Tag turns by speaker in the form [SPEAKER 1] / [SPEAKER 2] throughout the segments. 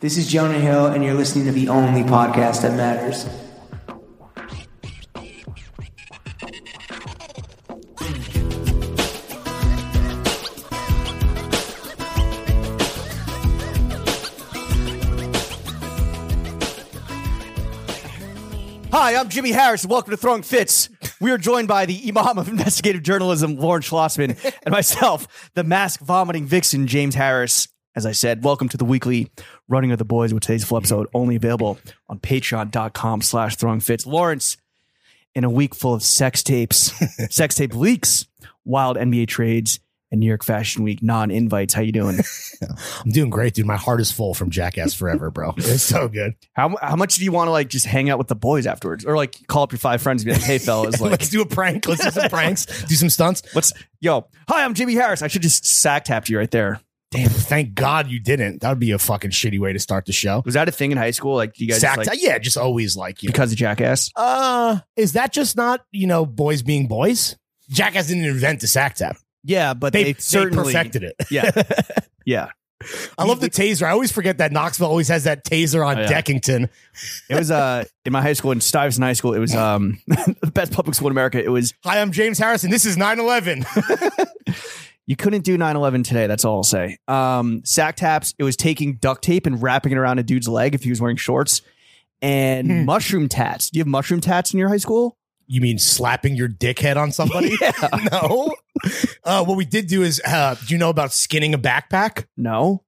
[SPEAKER 1] This is Jonah Hill, and you're listening to the only podcast that matters.
[SPEAKER 2] Hi, I'm Jimmy Harris, and welcome to Throwing Fits. We are joined by the Imam of Investigative Journalism, Lauren Schlossman, and myself, the mask vomiting vixen, James Harris. As I said, welcome to the weekly Running of the Boys with today's full episode only available on patreon.com slash throwing fits. Lawrence, in a week full of sex tapes, sex tape leaks, wild NBA trades, and New York Fashion Week non-invites. How you doing?
[SPEAKER 3] I'm doing great, dude. My heart is full from Jackass Forever, bro. It's so good.
[SPEAKER 2] How, how much do you want to like just hang out with the boys afterwards? Or like call up your five friends and be like, hey fellas, like
[SPEAKER 3] Let's do a prank. Let's do some pranks. Do some stunts.
[SPEAKER 2] What's yo? Hi, I'm Jimmy Harris. I should just sack tapped you right there.
[SPEAKER 3] Damn, thank God you didn't. That would be a fucking shitty way to start the show.
[SPEAKER 2] Was that a thing in high school? Like you guys just,
[SPEAKER 3] Sacked,
[SPEAKER 2] like,
[SPEAKER 3] yeah, just always like you.
[SPEAKER 2] because of Jackass?
[SPEAKER 3] uh, is that just not you know boys being boys? Jackass didn't invent the sack tap.
[SPEAKER 2] Yeah, but
[SPEAKER 3] They, they perfected it.
[SPEAKER 2] Yeah, yeah.
[SPEAKER 3] I love the taser. I always forget that Knoxville always has that taser on
[SPEAKER 2] Oh, yeah.
[SPEAKER 3] Deckington.
[SPEAKER 2] It was uh in my high school in Stuyvesant High School. It was um the best public school in America. It was
[SPEAKER 3] Hi, I'm James Harrison. This is 9/11.
[SPEAKER 2] you couldn't do 9-11 today. That's all I'll say. Um, sack taps. It was taking duct tape and wrapping it around a dude's leg if he was wearing shorts. And
[SPEAKER 3] Hmm.
[SPEAKER 2] mushroom tats. Do you have mushroom tats in your high school?
[SPEAKER 3] You mean slapping your dickhead on somebody? No. Uh, what we did do is, uh, do you know about skinning a backpack?
[SPEAKER 2] No.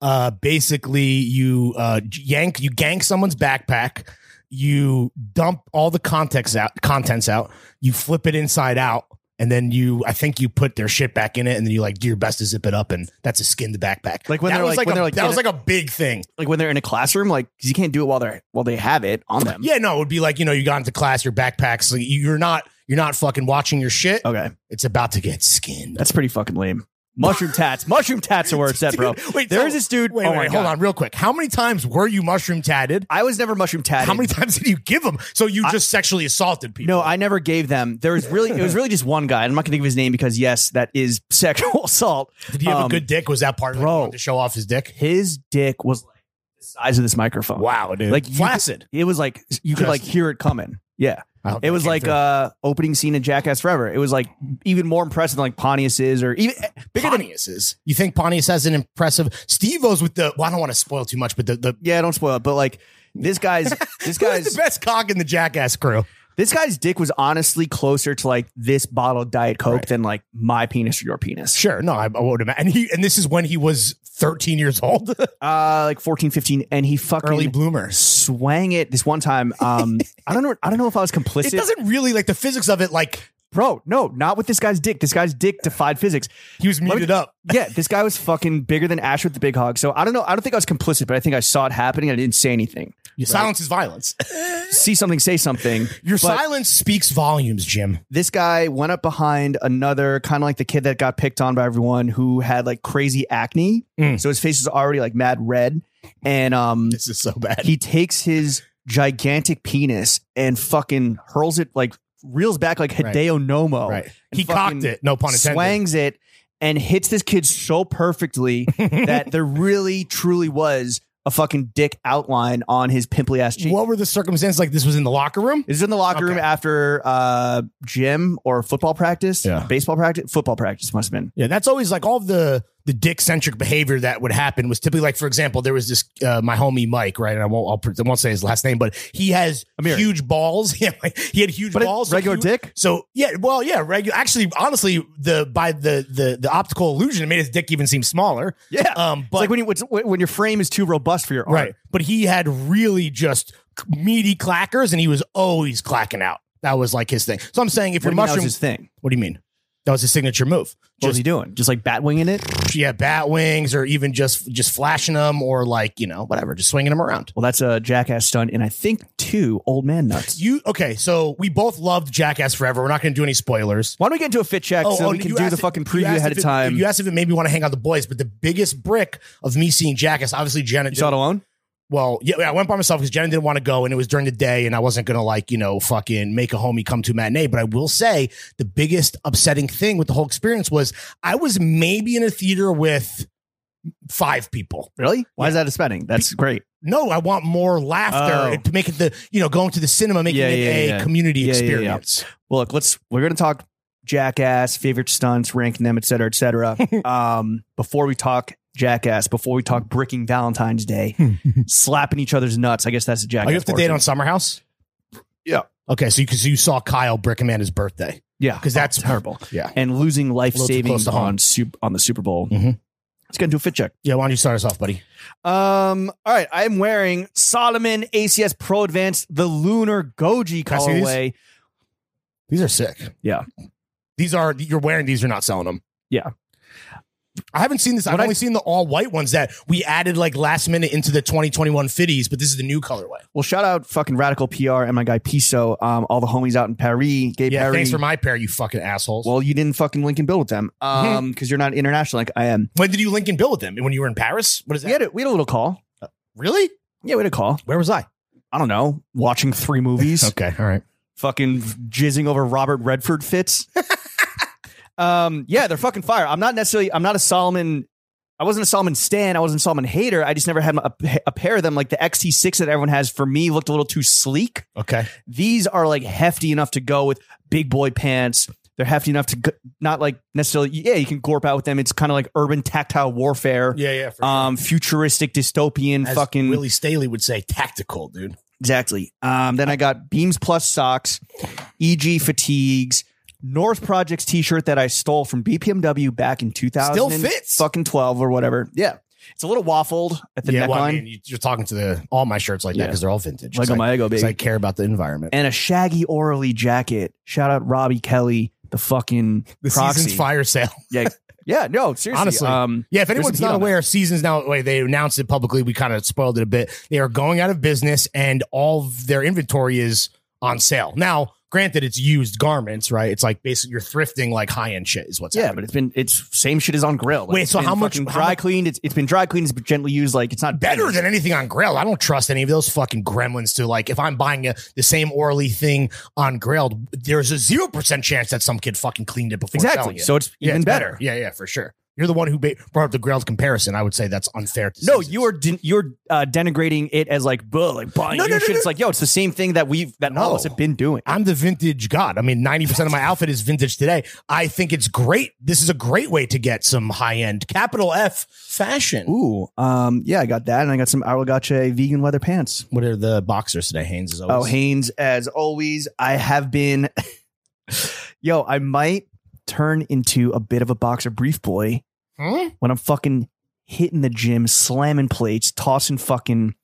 [SPEAKER 3] uh basically you uh yank you gank someone's backpack you dump all the contents out contents out you flip it inside out and then you i think you put their shit back in it and then you like do your best to zip it up and that's a skinned backpack
[SPEAKER 2] Like when
[SPEAKER 3] that
[SPEAKER 2] they're
[SPEAKER 3] was
[SPEAKER 2] like- when
[SPEAKER 3] a-
[SPEAKER 2] they're like
[SPEAKER 3] that
[SPEAKER 2] in
[SPEAKER 3] was
[SPEAKER 2] it-
[SPEAKER 3] like a big thing
[SPEAKER 2] Like when they're in a classroom, like 'cause you can't do it while they're while they have it on them.
[SPEAKER 3] yeah no it would be like you know you got into class your backpacks so you're not you're not fucking watching your shit
[SPEAKER 2] Okay.
[SPEAKER 3] it's about to get skinned
[SPEAKER 2] That's pretty fucking lame. Mushroom tats. Mushroom tats are where it's at, bro.
[SPEAKER 3] Dude, wait
[SPEAKER 2] There's
[SPEAKER 3] so-
[SPEAKER 2] this dude.
[SPEAKER 3] wait,
[SPEAKER 2] oh
[SPEAKER 3] wait,
[SPEAKER 2] my
[SPEAKER 3] wait,
[SPEAKER 2] god.
[SPEAKER 3] hold on real quick how many times were you mushroom tatted
[SPEAKER 2] I was never mushroom tatted.
[SPEAKER 3] How many times did you give them? So you just sexually assaulted people?
[SPEAKER 2] No, I never gave them. There was really it was really just one guy. and I'm not gonna think of his name because yes, that is sexual assault.
[SPEAKER 3] Did he have
[SPEAKER 2] Um,
[SPEAKER 3] a good dick? Was that part of it? He
[SPEAKER 2] bro.
[SPEAKER 3] wanted to show off his dick?
[SPEAKER 2] His dick was like the size of this microphone.
[SPEAKER 3] Wow, dude!
[SPEAKER 2] Like
[SPEAKER 3] Like
[SPEAKER 2] you-
[SPEAKER 3] flaccid.
[SPEAKER 2] It was like you could
[SPEAKER 3] Just-
[SPEAKER 2] like hear it coming. Yeah.
[SPEAKER 3] I hope
[SPEAKER 2] It
[SPEAKER 3] that
[SPEAKER 2] was
[SPEAKER 3] came
[SPEAKER 2] like
[SPEAKER 3] through.
[SPEAKER 2] uh opening scene in Jackass Forever. It was like even more impressive than like Pontius is or even eh, bigger than
[SPEAKER 3] Pontius is. You think Pontius has an impressive? Steve O's with the. Well, I don't want to spoil too much, but the the
[SPEAKER 2] Yeah, don't spoil it, but like this guy's this
[SPEAKER 3] guy's
[SPEAKER 2] guy's
[SPEAKER 3] the best cock in the Jackass crew.
[SPEAKER 2] This guy's dick was honestly closer to like this bottle of Diet Coke than like my penis or your penis.
[SPEAKER 3] Sure, no, I, I would imagine. And he and this is when he was 13 years old,
[SPEAKER 2] Uh like 14, 15 and he fucking
[SPEAKER 3] early bloomer.
[SPEAKER 2] swang it this one time. Um I don't know I don't know if I was
[SPEAKER 3] It
[SPEAKER 2] complicit.
[SPEAKER 3] doesn't really like the physics of it. Like
[SPEAKER 2] Bro, no, not with this guy's dick. This guy's dick defied physics.
[SPEAKER 3] he was
[SPEAKER 2] Let me-
[SPEAKER 3] muted up.
[SPEAKER 2] Yeah, this guy was fucking bigger than Ash with the big hog. So I don't know. I don't think I was complicit, but I think I saw it happening. and I didn't say anything.
[SPEAKER 3] Silence is violence.
[SPEAKER 2] See something, say something.
[SPEAKER 3] Your
[SPEAKER 2] But-
[SPEAKER 3] silence speaks volumes, Jim.
[SPEAKER 2] this guy went up behind another kind of like the kid that got picked on by everyone who had like crazy acne.
[SPEAKER 3] Mm.
[SPEAKER 2] So his face is already like mad red. And um
[SPEAKER 3] This is so bad.
[SPEAKER 2] he takes his gigantic penis and fucking hurls it like reels back like
[SPEAKER 3] Right.
[SPEAKER 2] Hideo Nomo.
[SPEAKER 3] right. He
[SPEAKER 2] Oh, fucking
[SPEAKER 3] cocked it. No pun intended.
[SPEAKER 2] Swangs it and hits this kid so perfectly that there really truly was a fucking dick outline on his pimply ass cheek.
[SPEAKER 3] What were the circumstances? Like this was in the locker room.
[SPEAKER 2] This is in the locker room
[SPEAKER 3] Okay.
[SPEAKER 2] after uh, gym or football practice,
[SPEAKER 3] Yeah.
[SPEAKER 2] baseball practice, football practice must have been.
[SPEAKER 3] Yeah, that's always like all the the dick centric behavior that would happen was typically like, for example, there was this uh, my homie Mike, right? And I won't I'll, pr- I won't say his last name, but he has
[SPEAKER 2] Amiri.
[SPEAKER 3] huge balls. Yeah, like, he had huge
[SPEAKER 2] But
[SPEAKER 3] balls,
[SPEAKER 2] it, regular
[SPEAKER 3] so he-
[SPEAKER 2] dick.
[SPEAKER 3] So yeah, well yeah, regular. Actually, honestly, the by the the the optical illusion, it made his dick even seem smaller.
[SPEAKER 2] Yeah,
[SPEAKER 3] Um,
[SPEAKER 2] it's
[SPEAKER 3] but
[SPEAKER 2] like when you it's- when your frame is too robust for your arm.
[SPEAKER 3] right, but he had really just meaty clackers, and he was always clacking out. That was like his thing. So I'm saying, if
[SPEAKER 2] What do you
[SPEAKER 3] your
[SPEAKER 2] mean that was
[SPEAKER 3] mushroom,
[SPEAKER 2] his thing.
[SPEAKER 3] what do you mean? That was his signature move.
[SPEAKER 2] What was
[SPEAKER 3] Just-
[SPEAKER 2] he doing? Just like bat winging it.
[SPEAKER 3] yeah, bat wings or even just just flashing them or like you know whatever, just swinging them around.
[SPEAKER 2] Well, that's a jackass stunt, and I think two old man nuts.
[SPEAKER 3] You okay? So we both loved Jackass Forever. We're not going to do any spoilers.
[SPEAKER 2] Why don't we get into a fit check so we
[SPEAKER 3] and
[SPEAKER 2] can
[SPEAKER 3] Oh, you
[SPEAKER 2] do
[SPEAKER 3] asked
[SPEAKER 2] the
[SPEAKER 3] if-
[SPEAKER 2] fucking
[SPEAKER 3] you
[SPEAKER 2] preview
[SPEAKER 3] asked
[SPEAKER 2] ahead
[SPEAKER 3] if
[SPEAKER 2] of
[SPEAKER 3] it-
[SPEAKER 2] time?
[SPEAKER 3] You asked if it made me want to hang out with the boys, but the biggest brick of me seeing Jackass, obviously Jenna.
[SPEAKER 2] you
[SPEAKER 3] did-
[SPEAKER 2] saw it alone.
[SPEAKER 3] well, yeah, I went by myself because Jenna didn't want to go, and it was during the day, and I wasn't going to like you know fucking make a homie come to a matinee. But I will say the biggest upsetting thing with the whole experience was I was maybe in a theater with five people.
[SPEAKER 2] Really? Why is that a spending? That's great.
[SPEAKER 3] No, I want more
[SPEAKER 2] Oh.
[SPEAKER 3] laughter and to make it the you know going to the cinema, making
[SPEAKER 2] Yeah,
[SPEAKER 3] it
[SPEAKER 2] yeah,
[SPEAKER 3] a
[SPEAKER 2] yeah.
[SPEAKER 3] community
[SPEAKER 2] Yeah, yeah, yeah.
[SPEAKER 3] experience.
[SPEAKER 2] Well, look, let's we're gonna talk Jackass, favorite stunts, ranking them, et cetera, et cetera. um, before we talk Jackass, before we talk bricking Valentine's Day, slapping each other's nuts. I guess that's a Jackass.
[SPEAKER 3] Are Oh, you up to date
[SPEAKER 2] portion.
[SPEAKER 3] on Summer House?
[SPEAKER 2] Yeah.
[SPEAKER 3] Okay, so you because you saw Kyle Brickman at his birthday
[SPEAKER 2] Yeah,
[SPEAKER 3] because that's
[SPEAKER 2] terrible.
[SPEAKER 3] Yeah.
[SPEAKER 2] And losing life
[SPEAKER 3] A little too close
[SPEAKER 2] savings
[SPEAKER 3] to home.
[SPEAKER 2] on sup- on the Super Bowl.
[SPEAKER 3] Mhm.
[SPEAKER 2] Let's get into a fit check.
[SPEAKER 3] Yeah, why don't you start us off, buddy?
[SPEAKER 2] Um, all right, I'm wearing Solomon ACS Pro Advanced, the Lunar Goji
[SPEAKER 3] Can I see these?
[SPEAKER 2] colorway.
[SPEAKER 3] These are sick.
[SPEAKER 2] Yeah.
[SPEAKER 3] These are you're wearing these, you're not selling them.
[SPEAKER 2] Yeah.
[SPEAKER 3] I haven't seen this. I've
[SPEAKER 2] What I-
[SPEAKER 3] only seen the all white ones that we added like last minute into the 2021 fitties, but this is the new colorway.
[SPEAKER 2] Well, shout out fucking Radical PR and my guy Piso, um, all the homies out in Paris, Gay
[SPEAKER 3] Yeah,
[SPEAKER 2] Paris.
[SPEAKER 3] thanks for my pair, you fucking assholes.
[SPEAKER 2] well, you didn't fucking link and build with them um, because you're not international like I am.
[SPEAKER 3] when did you link and bill with them? When you were in Paris? What is
[SPEAKER 2] We
[SPEAKER 3] that?
[SPEAKER 2] had a, we had a little call.
[SPEAKER 3] Really?
[SPEAKER 2] Yeah, we had a call.
[SPEAKER 3] Where was I?
[SPEAKER 2] I don't know, watching three movies.
[SPEAKER 3] Okay, all right.
[SPEAKER 2] fucking jizzing over Robert Redford fits. um, yeah, they're fucking fire. I'm not necessarily. I'm not a Solomon. I wasn't a Solomon stan. I wasn't a Solomon hater. I just never had a, a pair of them. Like the XT6 that everyone has for me looked a little too sleek.
[SPEAKER 3] Okay.
[SPEAKER 2] These are like hefty enough to go with big boy pants. They're hefty enough to go, not like necessarily. Yeah, you can gorp out with them. It's kind of like urban tactile warfare.
[SPEAKER 3] Yeah, yeah. For
[SPEAKER 2] Um, futuristic dystopian
[SPEAKER 3] As
[SPEAKER 2] fucking
[SPEAKER 3] Willie Staley would say, tactical, dude.
[SPEAKER 2] Exactly. Um, then I got Beams Plus socks, EG fatigues, North Projects T-shirt that I stole from BPMW back in 2000.
[SPEAKER 3] Still fits.
[SPEAKER 2] Fucking 12 or whatever. Yeah, it's a little waffled at the
[SPEAKER 3] yeah,
[SPEAKER 2] neckline.
[SPEAKER 3] well, I mean, you- you're talking to the all my shirts like that
[SPEAKER 2] Yeah.
[SPEAKER 3] because they're all vintage.
[SPEAKER 2] Lego
[SPEAKER 3] It's like,
[SPEAKER 2] my ego,
[SPEAKER 3] because
[SPEAKER 2] baby.
[SPEAKER 3] I care about the environment.
[SPEAKER 2] and a shaggy Orally jacket. Shout out Robbie Kelly, the fucking
[SPEAKER 3] The
[SPEAKER 2] proxy.
[SPEAKER 3] season's fire sale.
[SPEAKER 2] Yeah, yeah. No, seriously.
[SPEAKER 3] Honestly.
[SPEAKER 2] um,
[SPEAKER 3] Yeah, if
[SPEAKER 2] There's
[SPEAKER 3] anyone's
[SPEAKER 2] some heat
[SPEAKER 3] not
[SPEAKER 2] on that.
[SPEAKER 3] aware, Seasons Now Wait, they announced it publicly. We kind of spoiled it a bit. They are going out of business, and all of their inventory is on sale now. Granted, it's used garments, right? It's like basically you're thrifting like high end shit is what's
[SPEAKER 2] yeah,
[SPEAKER 3] happening.
[SPEAKER 2] but it's been it's same shit as on grill. Like,
[SPEAKER 3] Wait,
[SPEAKER 2] it's
[SPEAKER 3] so
[SPEAKER 2] been
[SPEAKER 3] how much-
[SPEAKER 2] fucking
[SPEAKER 3] how
[SPEAKER 2] dry
[SPEAKER 3] much-
[SPEAKER 2] cleaned? It's, it's been dry cleaned. It's been gently used. Like it's not
[SPEAKER 3] Better
[SPEAKER 2] finished.
[SPEAKER 3] than anything on Grail. I don't trust any of those fucking gremlins to like. If I'm buying a, the same orally thing on Grail, there's a zero percent chance that some kid fucking cleaned it before. selling
[SPEAKER 2] exactly.
[SPEAKER 3] it.
[SPEAKER 2] So it's
[SPEAKER 3] Yeah,
[SPEAKER 2] even
[SPEAKER 3] it's
[SPEAKER 2] better.
[SPEAKER 3] Yeah, yeah, for sure. You're the one who ba- brought up the Grail comparison. I would say that's unfair. to
[SPEAKER 2] No,
[SPEAKER 3] Seasons.
[SPEAKER 2] you are den- you're uh, denigrating it as like, buh, like buying
[SPEAKER 3] No,
[SPEAKER 2] new
[SPEAKER 3] no, no,
[SPEAKER 2] shit.
[SPEAKER 3] no.
[SPEAKER 2] It's like, yo, it's the same thing that we've that all
[SPEAKER 3] No.
[SPEAKER 2] of us have been doing.
[SPEAKER 3] I'm the vintage god. I mean, 90% of my outfit is vintage today. I think it's great. This is a great way to get some high end capital F fashion.
[SPEAKER 2] Ooh, um, yeah, I got that, and I got some Arlagache vegan leather pants.
[SPEAKER 3] What are the boxers today? Haynes is
[SPEAKER 2] Oh,
[SPEAKER 3] always.
[SPEAKER 2] Haynes, as always, I have been. yo, I might turn into a bit of a boxer brief boy
[SPEAKER 3] Hmm?
[SPEAKER 2] when I'm fucking hitting the gym, slamming plates, tossing fucking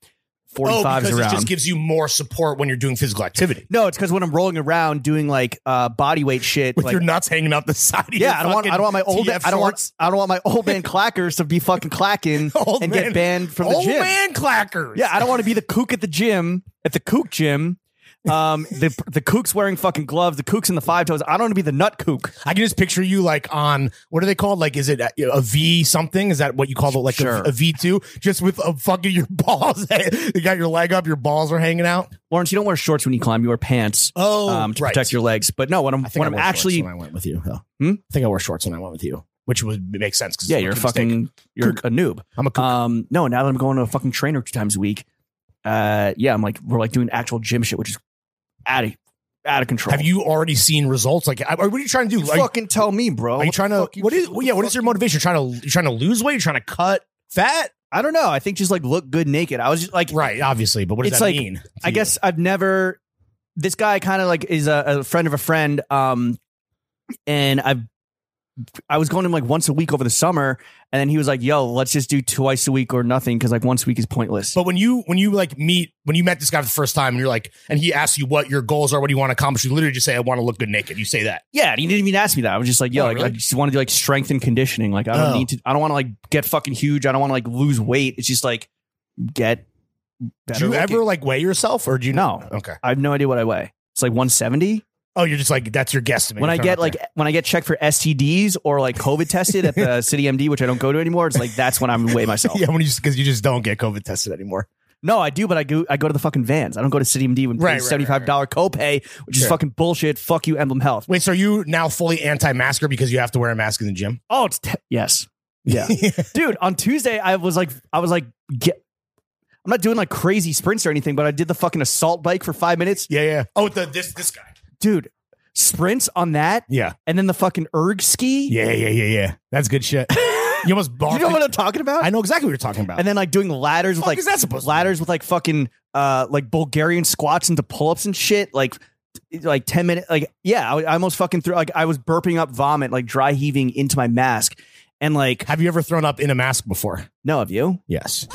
[SPEAKER 3] Oh,
[SPEAKER 2] 45s
[SPEAKER 3] because it
[SPEAKER 2] around.
[SPEAKER 3] just gives you more support when you're doing physical activity.
[SPEAKER 2] no, it's because when I'm rolling around doing like uh, body weight shit,
[SPEAKER 3] With
[SPEAKER 2] like
[SPEAKER 3] your nuts hanging out the side of your
[SPEAKER 2] Yeah, I don't want. I don't want my
[SPEAKER 3] fucking
[SPEAKER 2] old.
[SPEAKER 3] TF
[SPEAKER 2] I don't want.
[SPEAKER 3] shorts.
[SPEAKER 2] I don't want my old man clackers to be fucking clacking
[SPEAKER 3] Old
[SPEAKER 2] and
[SPEAKER 3] man-
[SPEAKER 2] get banned from the
[SPEAKER 3] old
[SPEAKER 2] gym.
[SPEAKER 3] man clackers.
[SPEAKER 2] Yeah, I don't want to be the kook at the gym at the kook gym. Um, the the kook's wearing fucking gloves. The kook's in the five toes. I don't want to be the nut kook.
[SPEAKER 3] I can just picture you like on what are they called? Like, is it a, a V something? Is that what you call it? Like
[SPEAKER 2] Sure.
[SPEAKER 3] a, a V two, just with a fucking your balls. you got your leg up, your balls are hanging out.
[SPEAKER 2] Lawrence, you don't wear shorts when you climb. You wear pants.
[SPEAKER 3] Oh,
[SPEAKER 2] um, to
[SPEAKER 3] right.
[SPEAKER 2] protect your legs. But no, when I'm when I'm actually
[SPEAKER 3] I went with you.
[SPEAKER 2] Hmm?
[SPEAKER 3] I think I wore shorts when I went with you, which would make sense. Cause
[SPEAKER 2] yeah, you're a fucking you're a noob.
[SPEAKER 3] I'm a kook.
[SPEAKER 2] Um, no, now that I'm going to a fucking trainer two times a week, uh, yeah, I'm like we're like doing actual gym shit, which is out of out of control.
[SPEAKER 3] Have you already seen results? Like, I, what are you trying to do? Are, you-
[SPEAKER 2] fucking tell me, bro.
[SPEAKER 3] are you trying to? What is? yeah, what is your motivation? You're trying to? You're trying to lose weight? You're trying to cut fat?
[SPEAKER 2] I don't know. I think just like look good naked. I was just like,
[SPEAKER 3] Right, obviously. But what does
[SPEAKER 2] It's
[SPEAKER 3] that
[SPEAKER 2] like-
[SPEAKER 3] mean? to
[SPEAKER 2] I
[SPEAKER 3] you?
[SPEAKER 2] guess I've never. This guy kind of like is a, a friend of a friend, um, and I've I was going to him like once a week over the summer, and then he was like, "Yo, let's just do twice a week or nothing because like once a week is pointless."
[SPEAKER 3] But when you when you like meet when you met this guy for the first time and you're like and he asks you what your goals are, what do you want to accomplish? You literally just say, I want to look good naked. You say that.
[SPEAKER 2] yeah, and he didn't even ask me that. I was just like, "Yo,
[SPEAKER 3] Oh,
[SPEAKER 2] like, I
[SPEAKER 3] really?
[SPEAKER 2] just want to do like strength and conditioning. Like I don't
[SPEAKER 3] Oh.
[SPEAKER 2] need to. I don't want to like get fucking huge. I don't want to like lose weight. It's just like get."
[SPEAKER 3] Do
[SPEAKER 2] Better
[SPEAKER 3] you
[SPEAKER 2] looking.
[SPEAKER 3] ever like weigh yourself or do you
[SPEAKER 2] No.
[SPEAKER 3] Okay.
[SPEAKER 2] I have no idea what I weigh. It's like 170.
[SPEAKER 3] Oh, you're just like that's your guesstimate.
[SPEAKER 2] when
[SPEAKER 3] You're
[SPEAKER 2] I
[SPEAKER 3] throwing
[SPEAKER 2] get
[SPEAKER 3] out
[SPEAKER 2] like
[SPEAKER 3] there.
[SPEAKER 2] when I get checked for STDs or like COVID tested at the City MD, which I don't go to anymore, it's like that's when I'm weigh myself.
[SPEAKER 3] yeah, when you because you just don't get COVID tested anymore.
[SPEAKER 2] No, I do, but I go I go to the fucking vans. I don't go to City MD when
[SPEAKER 3] Right, right,
[SPEAKER 2] seventy five dollar copay, which is
[SPEAKER 3] Sure.
[SPEAKER 2] fucking bullshit. Fuck you, Emblem Health.
[SPEAKER 3] Wait, so are you now fully anti-masker because you have to wear a mask in the gym?
[SPEAKER 2] Oh, it's te- yes. Yeah. Dude, on Tuesday I was like I was like get I'm not doing like crazy sprints or anything, but I did the fucking assault bike for 5 minutes.
[SPEAKER 3] Yeah, yeah. Oh, the this this guy.
[SPEAKER 2] Dude, sprints on that
[SPEAKER 3] Yeah,
[SPEAKER 2] and then the fucking erg ski.
[SPEAKER 3] yeah, yeah, yeah, yeah. That's good shit. You almost
[SPEAKER 2] You
[SPEAKER 3] barfed.
[SPEAKER 2] know what I'm talking about?
[SPEAKER 3] I know exactly what you're talking about.
[SPEAKER 2] and then like doing ladders with
[SPEAKER 3] Fuck
[SPEAKER 2] like
[SPEAKER 3] is that supposed to be?
[SPEAKER 2] ladders with like fucking uh like Bulgarian squats into pull-ups and shit like t- like 10 minute like yeah I, I almost fucking threw like I was burping up vomit like dry heaving into my mask and like
[SPEAKER 3] Have you ever thrown up in a mask before?
[SPEAKER 2] no of you
[SPEAKER 3] Yes.